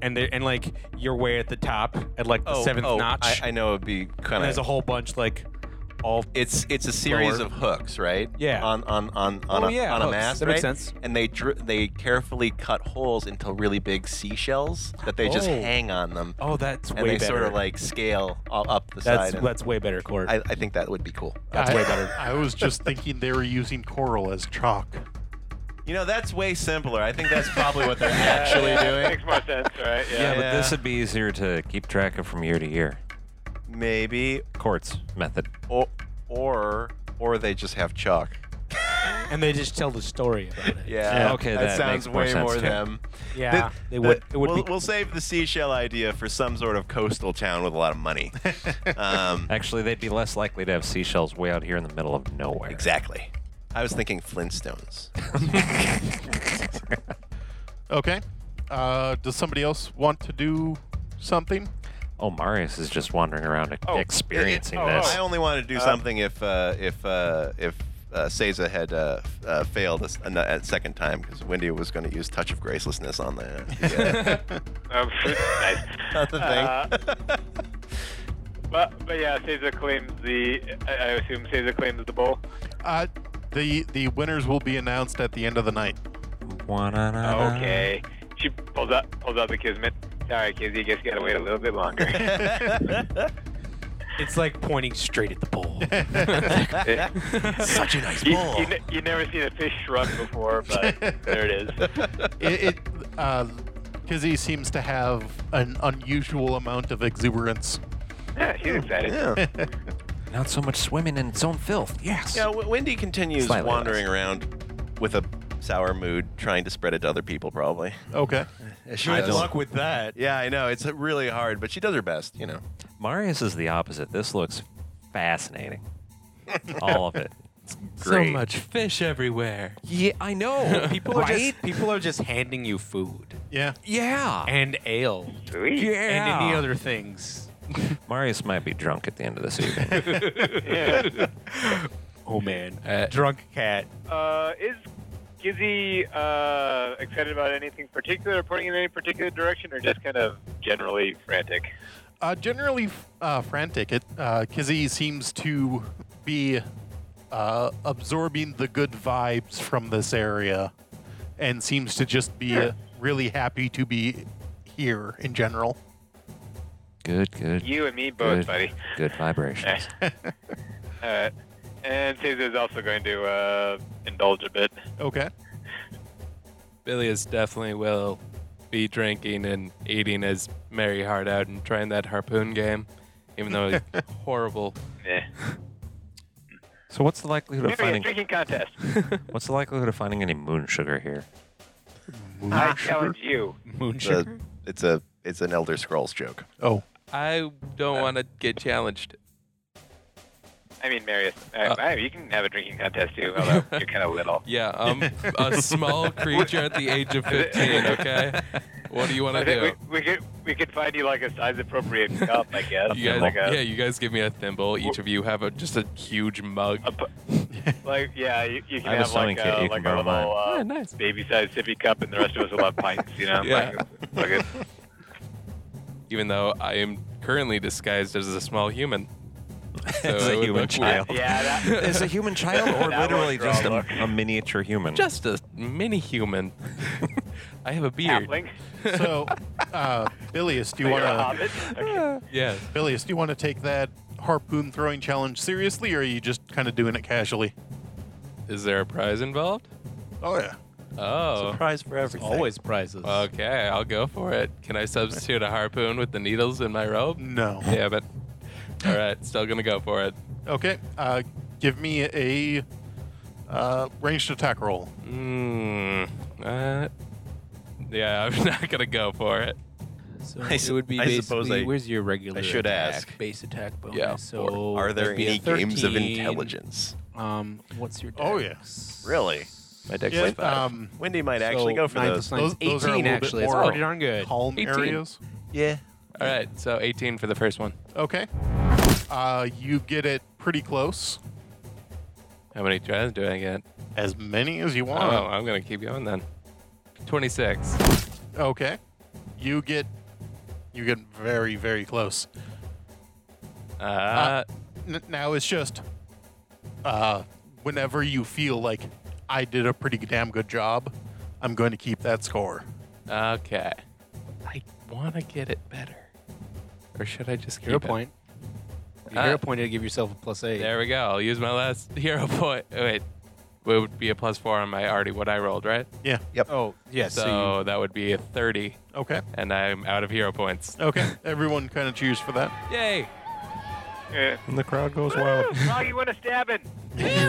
And they, and like you're way at the top at like the seventh oh, notch. I, I know it'd be and kind there's a of. whole bunch like all It's it's a series Lower. of hooks, right? Yeah. On on on on Oh, a, yeah, on a hooks. mast, That makes right? sense. And they dr- they carefully cut holes into really big seashells that they just Oh. hang on them, Oh, that's and way they better. sort of like scale all up the that's side. and that's way better, Court. I, I think that would be cool. That's I, way better. I was just thinking they were using coral as chalk. You know, that's way simpler. I think that's probably what they're actually doing. Makes more sense, right? Yeah, Yeah. but this Yeah. would be easier to keep track of from year to year. Maybe, Courts method. or or or they just have chalk. and they just tell the story about it. Yeah. Okay, that, that sounds makes more way sense, more too. them. Yeah, The- they the- would. It would we'll, be. we'll save the seashell idea for some sort of coastal town with a lot of money. um, Actually, they'd be less likely to have seashells way out here in the middle of nowhere. exactly. I was thinking Flintstones. Okay. Uh, does somebody else want to do something? Oh, Marius is just wandering around and Oh, it- it- experiencing oh, this. I only wanted to do something if uh, if uh, if uh, Seiza had uh, f- uh, failed a, s- a, a second time because Wendy was going to use touch of gracelessness on the, the, Um, nice. uh, on the Uh, thing. but but yeah, Caesar claims the. I, I assume Caesar claims the bowl. Uh, the the winners will be announced at the end of the night. Wa-na-na-na. Okay. She pulls out pulls out the kismet. Sorry, kids, you just gotta wait a little bit longer. it's like pointing straight at the bowl. Such a nice you, bowl. you, ne- you never seen a fish shrug before, but there it is. It, it uh, Kizzy seems to have an unusual amount of exuberance. He's excited. yeah. Not so much swimming in its own filth. Yes. Yeah, W- Wendy continues Slightly wandering around with a sour mood, trying to spread it to other people, probably. Okay. As she does. with that. Yeah, I know. It's uh, really hard, but she does her best, you know. Marius is the opposite. This looks fascinating. All of it. It's So great. much fish everywhere. Yeah, I know. People are just people are just handing you food Yeah. yeah. and ale yeah. and any other things. Marius might be drunk at the end of this evening. Oh man, Uh, drunk cat. Uh, is Gizzy uh, excited about anything particular, pointing in any particular direction, or just kind of generally frantic? Uh, generally f- uh, frantic. It uh, Kizzy seems to be uh, absorbing the good vibes from this area, and seems to just be uh, really happy to be here in general. good, good. You and me both, good, buddy. good vibrations. All right. And Caesar's also going to uh, indulge a bit. Okay. Billy is definitely will be drinking and eating his merry heart out and trying that harpoon game, even though he's horrible. Eh. so what's the likelihood of Maybe a finding drinking contest. what's the likelihood of finding any moon sugar here? Ah, I challenge you. The- it's a it's an Elder Scrolls joke. Oh. I don't want to get challenged. I mean, Marius, uh, you can have a drinking contest too, although you're kind of little. Yeah, I'm a small creature at the age of 15, okay? What do you want I to think do? we, we could we could find you like a size appropriate cup, I guess. You guys, like a, yeah, you guys give me a thimble. Each of you have a, just a huge mug. a pu- like yeah, you, you can I have a have like sewing kit, a, you can like a borrow little mine. uh, Yeah, nice. baby-sized sippy cup, and the rest of us will have pints. You know, Yeah. like, fuck it. even though I am currently disguised as a small human. So As it a would human look child. weird. yeah, that, Is a human child That or one literally girl just a, look. a miniature human? Just a mini human. I have a beard. halfling. So, uh, Bilius, do you You're want a to hobbit. Okay. Yes. Bilius, do you want to take that harpoon throwing challenge seriously, or are you just kind of doing it casually? Is there a prize involved? Oh yeah. Oh. Prize for everything. Always prizes. Okay, I'll go for it. Can I substitute a harpoon with the needles in my robe? No. Damn it. All right, still gonna go for it. Okay. Uh, give me a uh, ranged attack roll. Hmm, Mmm. Uh, yeah, I'm not gonna go for it. So I s- it would be I suppose basically- I- where's your regular should attack, ask. base attack bonus? Yeah, So Are there that'd be a any games of 13. intelligence? Um, what's your Oh, yeah. dex? Really? My deck's Yeah, like that. um, Wendy might actually So go for nine those. plus nine's Those- those are a little 18 bit actually. It's more pretty darn good. Calm 18. areas. Yeah. All right, so 18 for the first one. Okay. Uh, you get it pretty close, How many tries do I get? as many as you want. Oh, I'm gonna keep going then. 26. Oh. Okay. You get, you get very, very close. Uh, N- now it's just, uh, whenever you feel like I did a pretty damn good job, I'm going to keep that score. Uh, Okay. I want to get it better. Or should I just keep Hero it? point. Your Uh, hero point to give yourself a plus eight. There we go. I'll use my last hero point. oh, Wait, it would be a plus four on my already what I rolled, right? Yeah. Oh, yes. so that would be a 30, Okay. and I'm out of hero points. Okay. Everyone kind of cheers for that. Yay! Yeah. Oh, And the crowd goes wild. Froggy went a stabbing.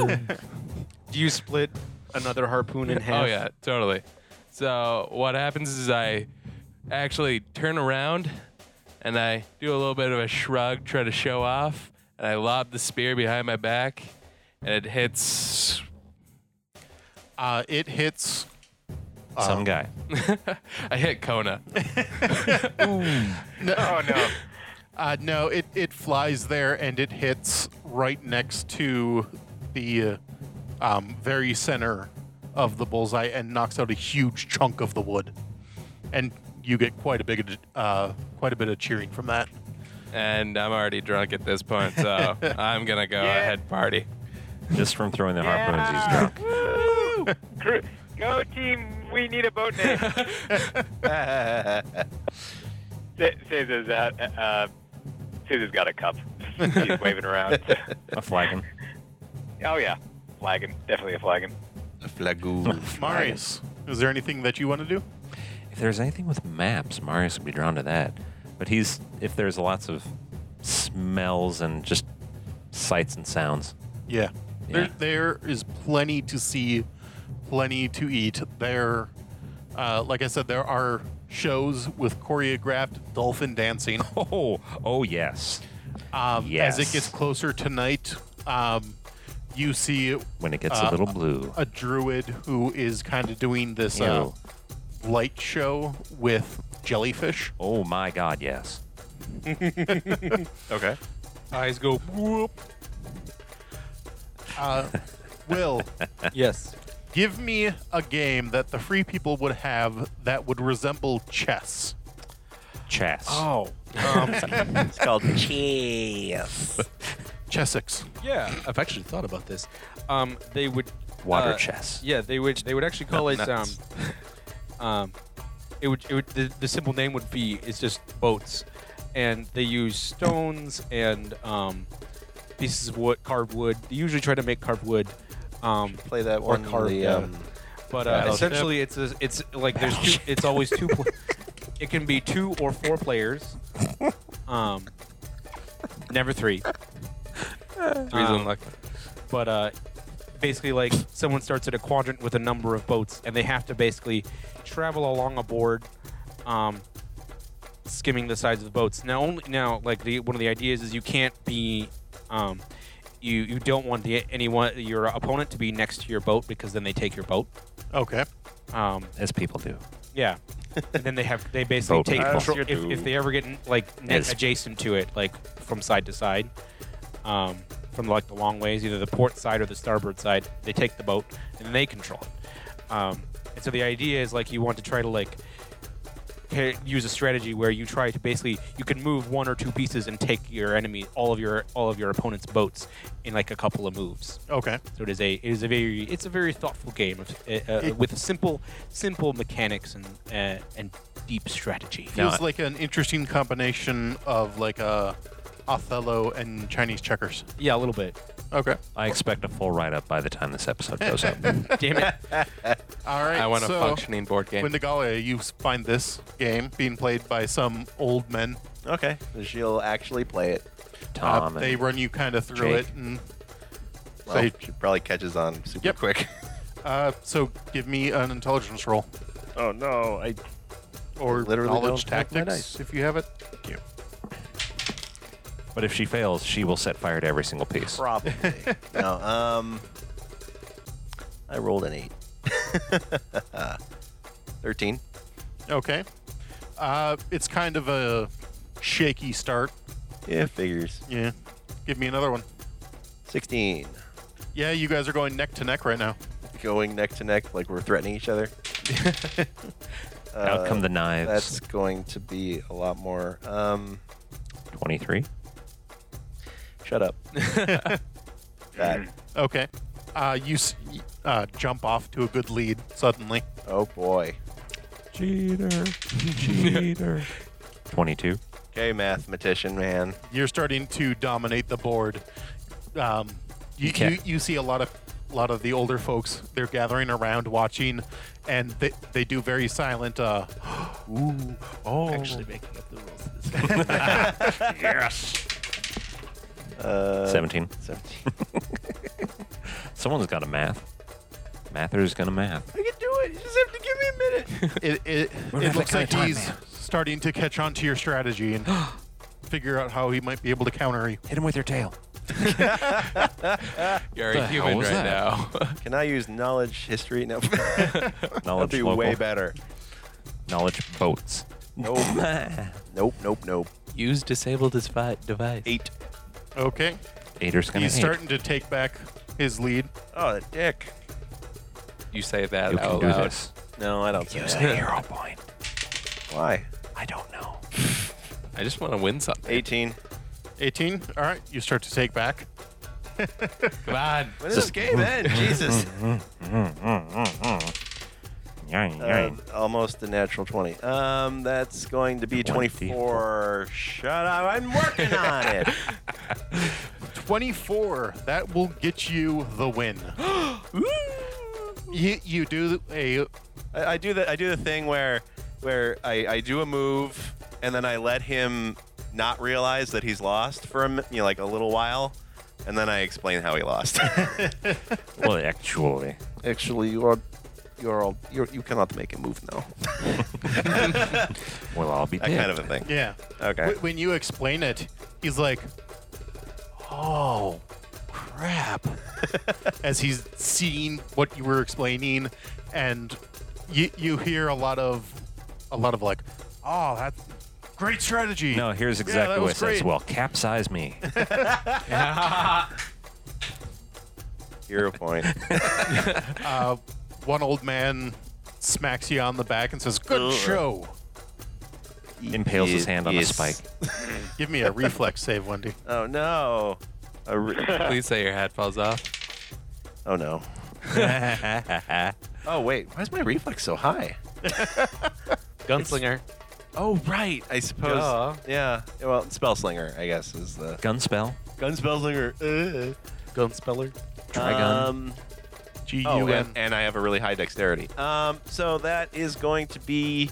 do you split another harpoon in half? Oh yeah, totally. So what happens is I actually turn around and I do a little bit of a shrug, try to show off, and I lob the spear behind my back, and it hits. Uh, it hits. Some um, guy. I hit Kona. Oh no. Uh, no, it, it flies there and it hits right next to the uh, um, very center of the bullseye and knocks out a huge chunk of the wood. And you get quite a big, uh, quite a bit of cheering from that. and I'm already drunk at this point, so I'm gonna go Yeah. ahead party. Just from throwing the harpoons, he's Yeah. drunk. Woo! Cru- Go team. We need a boat name. Sa- Caesar's out. Uh, Caesar's got a cup. He's waving around. A flagon. Oh yeah, flagon. Definitely a flagon. Flagoon. Marius, is there anything that you want to do? If there's anything with maps, Marius would be drawn to that. But he's if there's lots of smells and just sights and sounds. Yeah. Yeah. There, there is plenty to see, plenty to eat. There, uh, like I said, there are shows with choreographed dolphin dancing. Oh, oh yes. Um, As Yes. it gets closer tonight, um, you see When it gets Uh, a little blue. a druid who is kind of doing this uh, Ew. light show with jellyfish. oh my God, yes. Okay. Eyes go. Uh, Will, Yes. give me a game that the free people would have that would resemble chess. Chess. Oh. It's called Cheese. Chessix. Yeah, I've actually thought about this. Um, they would Water uh, chess. Yeah, they would. They would actually call it. Um, um, it would. It would. The, the simple name would be. It's just boats, and they use stones and um, pieces of wood, carved wood. They usually try to make carved wood. Um, Play that Or one. carved, the, uh, um, but uh, Battleship. essentially, it's a, it's like there's two, it's always two. Pl- it can be two or four players. Um, never three. Three's Um, unlucky. but uh, basically like someone starts at a quadrant with a number of boats and they have to basically travel along a board um, skimming the sides of the boats now only now like the one of the ideas is you can't be um, you you don't want the anyone your opponent to be next to your boat because then they take your boat Okay. um, As people do. yeah and then they have they basically Boat take people. control if, if they ever get like ne- Yes. adjacent to it like from side to side um, from like the long ways, either the port side or the starboard side. They take the boat and they control it. Um, and so the idea is like you want to try to like ca- use a strategy where you try to basically you can move one or two pieces and take your enemy all of your all of your opponent's boats in like a couple of moves. Okay. So it is a it is a very it's a very thoughtful game of, uh, uh, It- with simple simple mechanics and uh, and deep strategy. Now- Feels like an interesting combination of like a Othello and Chinese checkers. Yeah, a little bit. Okay. I expect a full write up by the time this episode goes up. Damn it. All right. I want a so functioning board game. Wendigalia, you find this game being played by some old men. okay. She'll actually play it. Uh, Tom. they and run you kind of through Jake. it, and Well, So- she probably catches on super Yep. quick. uh, so give me an intelligence roll. Oh no, I or Literally knowledge don't have my dice. tactics if you have it. But if she fails, she will set fire to every single piece. Probably. no. Um. I rolled an eight. Thirteen. Okay. Uh, it's kind of a shaky start. Yeah, figures. Yeah. Give me another one. Sixteen. Yeah, you guys are going neck to neck right now. Going neck to neck, like we're threatening each other. uh, Out come the knives. That's going to be a lot more. Um, 23. shut up. that. Okay. Uh, you s- y- uh, jump off to a good lead suddenly. Oh boy. Cheater. Cheater. 22. Okay, mathematician man. You're starting to dominate the board. Um, you, Okay. you, you see a lot of a lot of the older folks. They're gathering around, watching, and they, they do very silent. Uh, Ooh, oh, Actually, making up the rules of this game. Uh, 17. Seventeen. Someone's got a math. Mather's gonna math. I can do it. You just have to give me a minute. it, it, We're it having looks kind like of time, he's man. starting to catch on to your strategy and figure out how he might be able to counter you. Hit him with your tail. You're The a hell human was right that? now. Can I use knowledge history? No. That'd Knowledge be local. way better. Knowledge boats. Nope. nope. Nope. Nope. Use disabled device. Eight. Okay, Ader's gonna he's hate. starting to take back his lead. Oh, the dick. You say that You can out do loud. this. No, I don't. Use a say that. hero point. Why? I don't know. I just want to win something. Eighteen. 18. All right, you start to take back. Come on. When is this game end? Jesus. Yang, Uh, yang. almost a natural 20. Um, that's going to be 24. Shut up. I'm working on it. 24. That will get you the win. you, you do a. I, I do the I do the thing where where I, I do a move and then I let him not realize that he's lost for a mi- you know, like a little while and then I explain how he lost. well, actually. Actually, you are you're all you're, you cannot make a move now. Well, I'll be That dead. kind of a thing. Yeah. Okay. Wh- When you explain it, he's like, oh, crap. As he's seeing what you were explaining, and you, you hear a lot of, a lot of like, oh, that's great strategy. No, here's exactly that what was it says. great. Well, capsize me. Hero point. Uh, one old man smacks you on the back and says, good show. Impales his hand on a Yes. spike. Give me a reflex save, Wendy. Oh no. A re- Please say your hat falls off. oh no. Oh wait, why is my reflex so high? Gunslinger. Oh right, I suppose. Duh. Yeah. Well, spellslinger, I guess, is the Gun spell. gun spellslinger. Uh. Gunspeller. Trigun. Um, G U oh, N. and, and I have a really high dexterity. Um, so that is going to be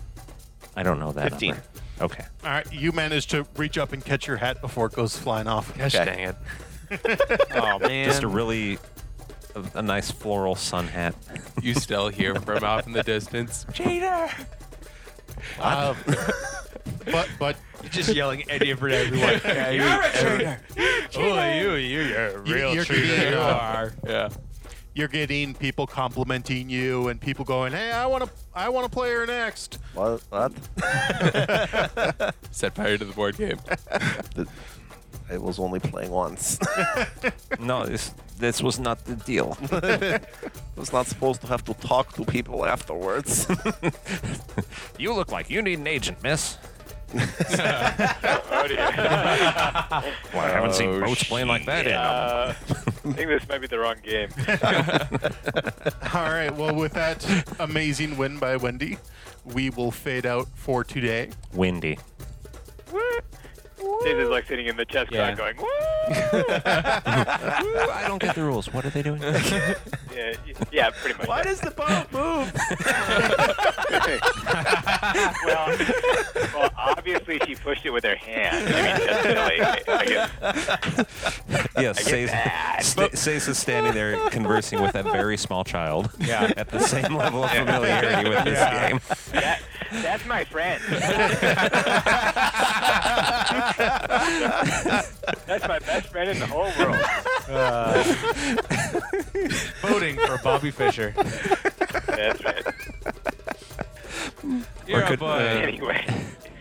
I don't know that 15. number. Okay. All right, you manage to reach up and catch your hat before it goes flying off. Gosh Okay. dang it. Oh, man. Just a really, a, a nice floral sun hat. You still hear from off in the distance. Cheater. Uh, but but just yelling at every- everyone. Yeah, you- every- you, you, you're a You- real you're cheater, cheating. you are. Yeah. you're getting people complimenting you and people going, "Hey, I want to I want to play her next." what? what? Set fire to the board game. I was only playing once. No, this this was not the deal. I was not supposed to have to talk to people afterwards. you look like you need an agent, miss. Oh, dear. Well, I haven't seen Oh, boats playing like that Uh, I think this might be the wrong game. All right, well with that amazing win by Wendy, we will fade out for today. in. Windy. This is like sitting in the chess Yeah. crowd going, "Woo!" I don't get the rules. What are they doing? Yeah, y- yeah, pretty much. Why does the boat move? well, well, obviously she pushed it with her hand. I mean, just like, I guess, yeah, Say's sta- Say's is standing there conversing with that very small child. Yeah. At the same level of familiarity with this game. that, that's my friend. that's my best friend in the whole world. Voting for Bobby Fisher. That's right. Or You're a could- boy. Anyway,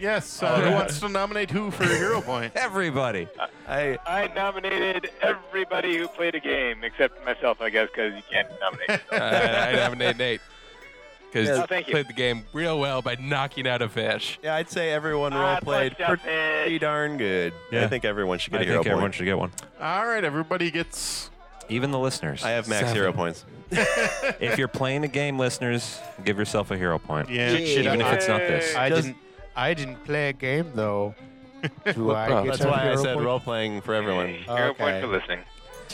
Yes. Uh, who wants to nominate who for Hero Point? Everybody. I I nominated everybody who played a game except myself, I guess, because you can't nominate. yourself. uh, I, I nominate Nate because Yeah, thank you. played the game real well by knocking out a fish. Yeah, I'd say everyone Ah, role played punch up pretty it. darn good. I Yeah. think everyone should get I a hero think everyone point. should get one. All right. Everybody gets. Even the listeners. I have max Seven. hero points. if you're playing a game, listeners, give yourself a hero point. Yeah. Shit, Even if I- it's not this. I Just- didn't. I didn't play a game though. Do I problem? get That's a why I hero said point? role playing for everyone. Hero point Okay. for listening.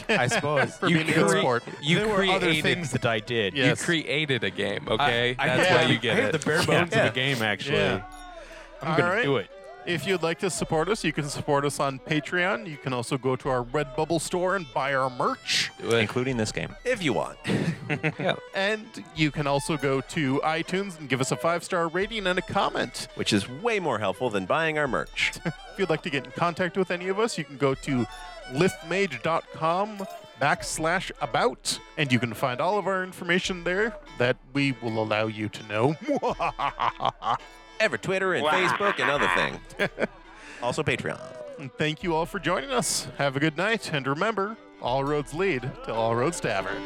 I suppose. For being a good crea- sport. you there were created, other things that I did. You Yes. created a game, okay? That's yeah. why you get I have it. the bare bones Yeah. of the game, actually. Yeah. I'm All gonna right. do it. If you'd like to support us, you can support us on Patreon. You can also go to our Redbubble store and buy our merch. Do it. Including this game. If you want. And you can also go to iTunes and give us a five star rating and a comment. Which is way more helpful than buying our merch. If you'd like to get in contact with any of us, you can go to liftmage.com backslash about, and you can find all of our information there that we will allow you to know. Ever Twitter and Facebook and other thing. also Patreon. And Thank you all for joining us. Have a good night, and remember, all roads lead to All Roads Tavern.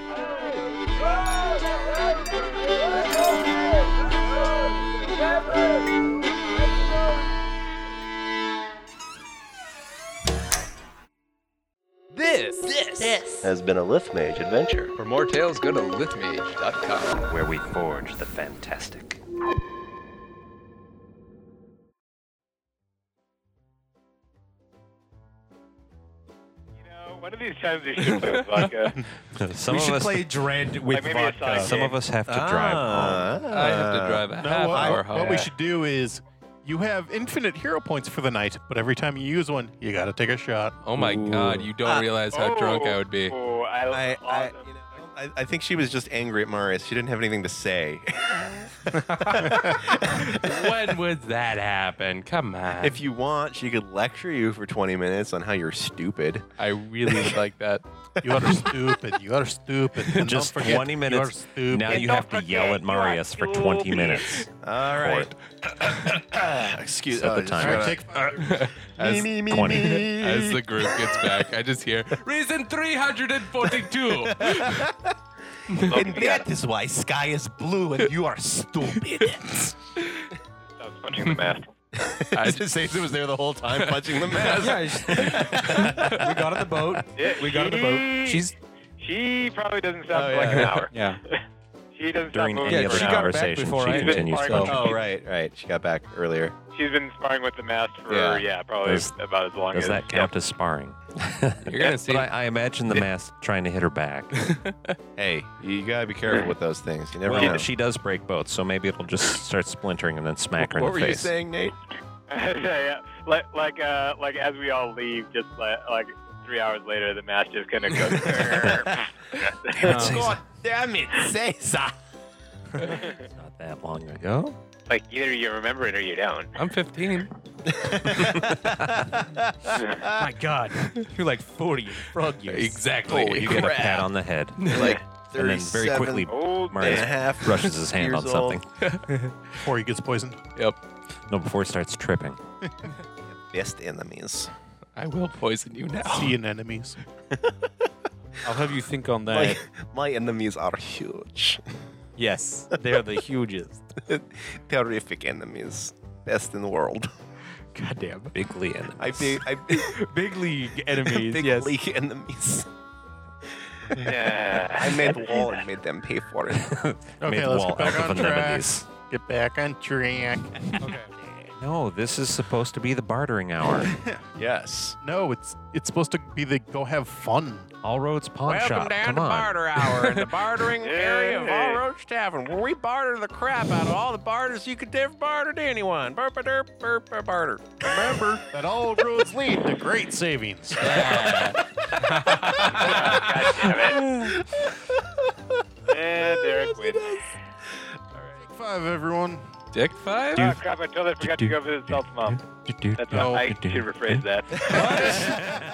This, this, this Has been a Lift Mage adventure. For more tales, go to lithmage.com. where we forge the fantastic. You know, one of these times we should play with vodka. Some we of should us play Dread with maybe a vodka. side some of us have to drive home. Ah. I have to drive a Uh, No, half what, hour what- home. what we should do is you have infinite hero points for the night, but every time you use one, you got to take a shot. Oh my god, you don't Uh, Ah. realize how drunk I would be. Oh, I, I, I, awesome. you know, I, I think she was just angry at Marius. She didn't have anything to say. when would that happen? Come on. if you want, she could lecture you for 20 minutes on how you're stupid. I really would like that. You are stupid. You are stupid. And don't Just forget, 20 You are minutes. stupid. Now And you don't have to yell forget, at you are Marius for 20 stupid. minutes. All right. Excuse Set the just timer. All right, gotta- take five. As, me, me, 20. me. as the group gets back, I just hear reason 342. And that is why sky is blue and you are stupid. I was punching the mast. I As just says it was there the whole time punching the mask. Yeah, I just- we got on the boat. Yeah, We got on the boat. she- She's She probably doesn't stop Oh, for like yeah. an hour. yeah. She doesn't During stop any moving. Yeah, other for she an got hour. back conversation, before she I did. continues to Sorry. go. Oh, right, right. She got back earlier. She's been sparring with the mast for Yeah. yeah, probably Does- about as long Does as that count as sparring? You're gonna see. But I, I imagine the mask trying to hit her back. Hey, you gotta be careful with those things. You never know. Well, she does break both, so maybe it'll just start splintering and then smack her in what the were you face. saying, Nate? yeah, yeah. Like like uh like as we all leave, just like like three hours later, the mast just kind of goes. Um, damn it, Cesar. Not that long ago. like either you remember it or you don't. I'm 15. My God, you're like 40 in frog years. Exactly. You get a pat on the head. Like And then very 37 quickly, Old and a Marius half brushes his hand years on something. Before he gets poisoned. Yep. No, before it starts tripping. Old. Best enemies. I will poison you now. See an enemies. I'll have you think on that. My, my enemies are huge. Yes, they are the hugest. Terrific enemies. Best in the world. Goddamn. Big Lee and I be I be Big league enemies. big yes. league enemies. Yeah. I made wall and made them pay for it. Okay, made the let's wall get back out on of track. anemones. Get back on track. No, this is supposed to be the bartering hour. Yes. No, it's it's supposed to be the go have fun. All roads pawn Welcome shop. down Come to on. Barter Hour in the bartering area of All Roach Tavern, where we barter the crap out of all the barters you could ever barter to anyone. Burp a derp burp a barter. Remember that all roads lead to great savings. God damn it. and Derek wins. Five, everyone. Dick five? Oh crap, I totally forgot to go visit Self Mom. Do, do, That's do, how I do, do, should do. rephrase that.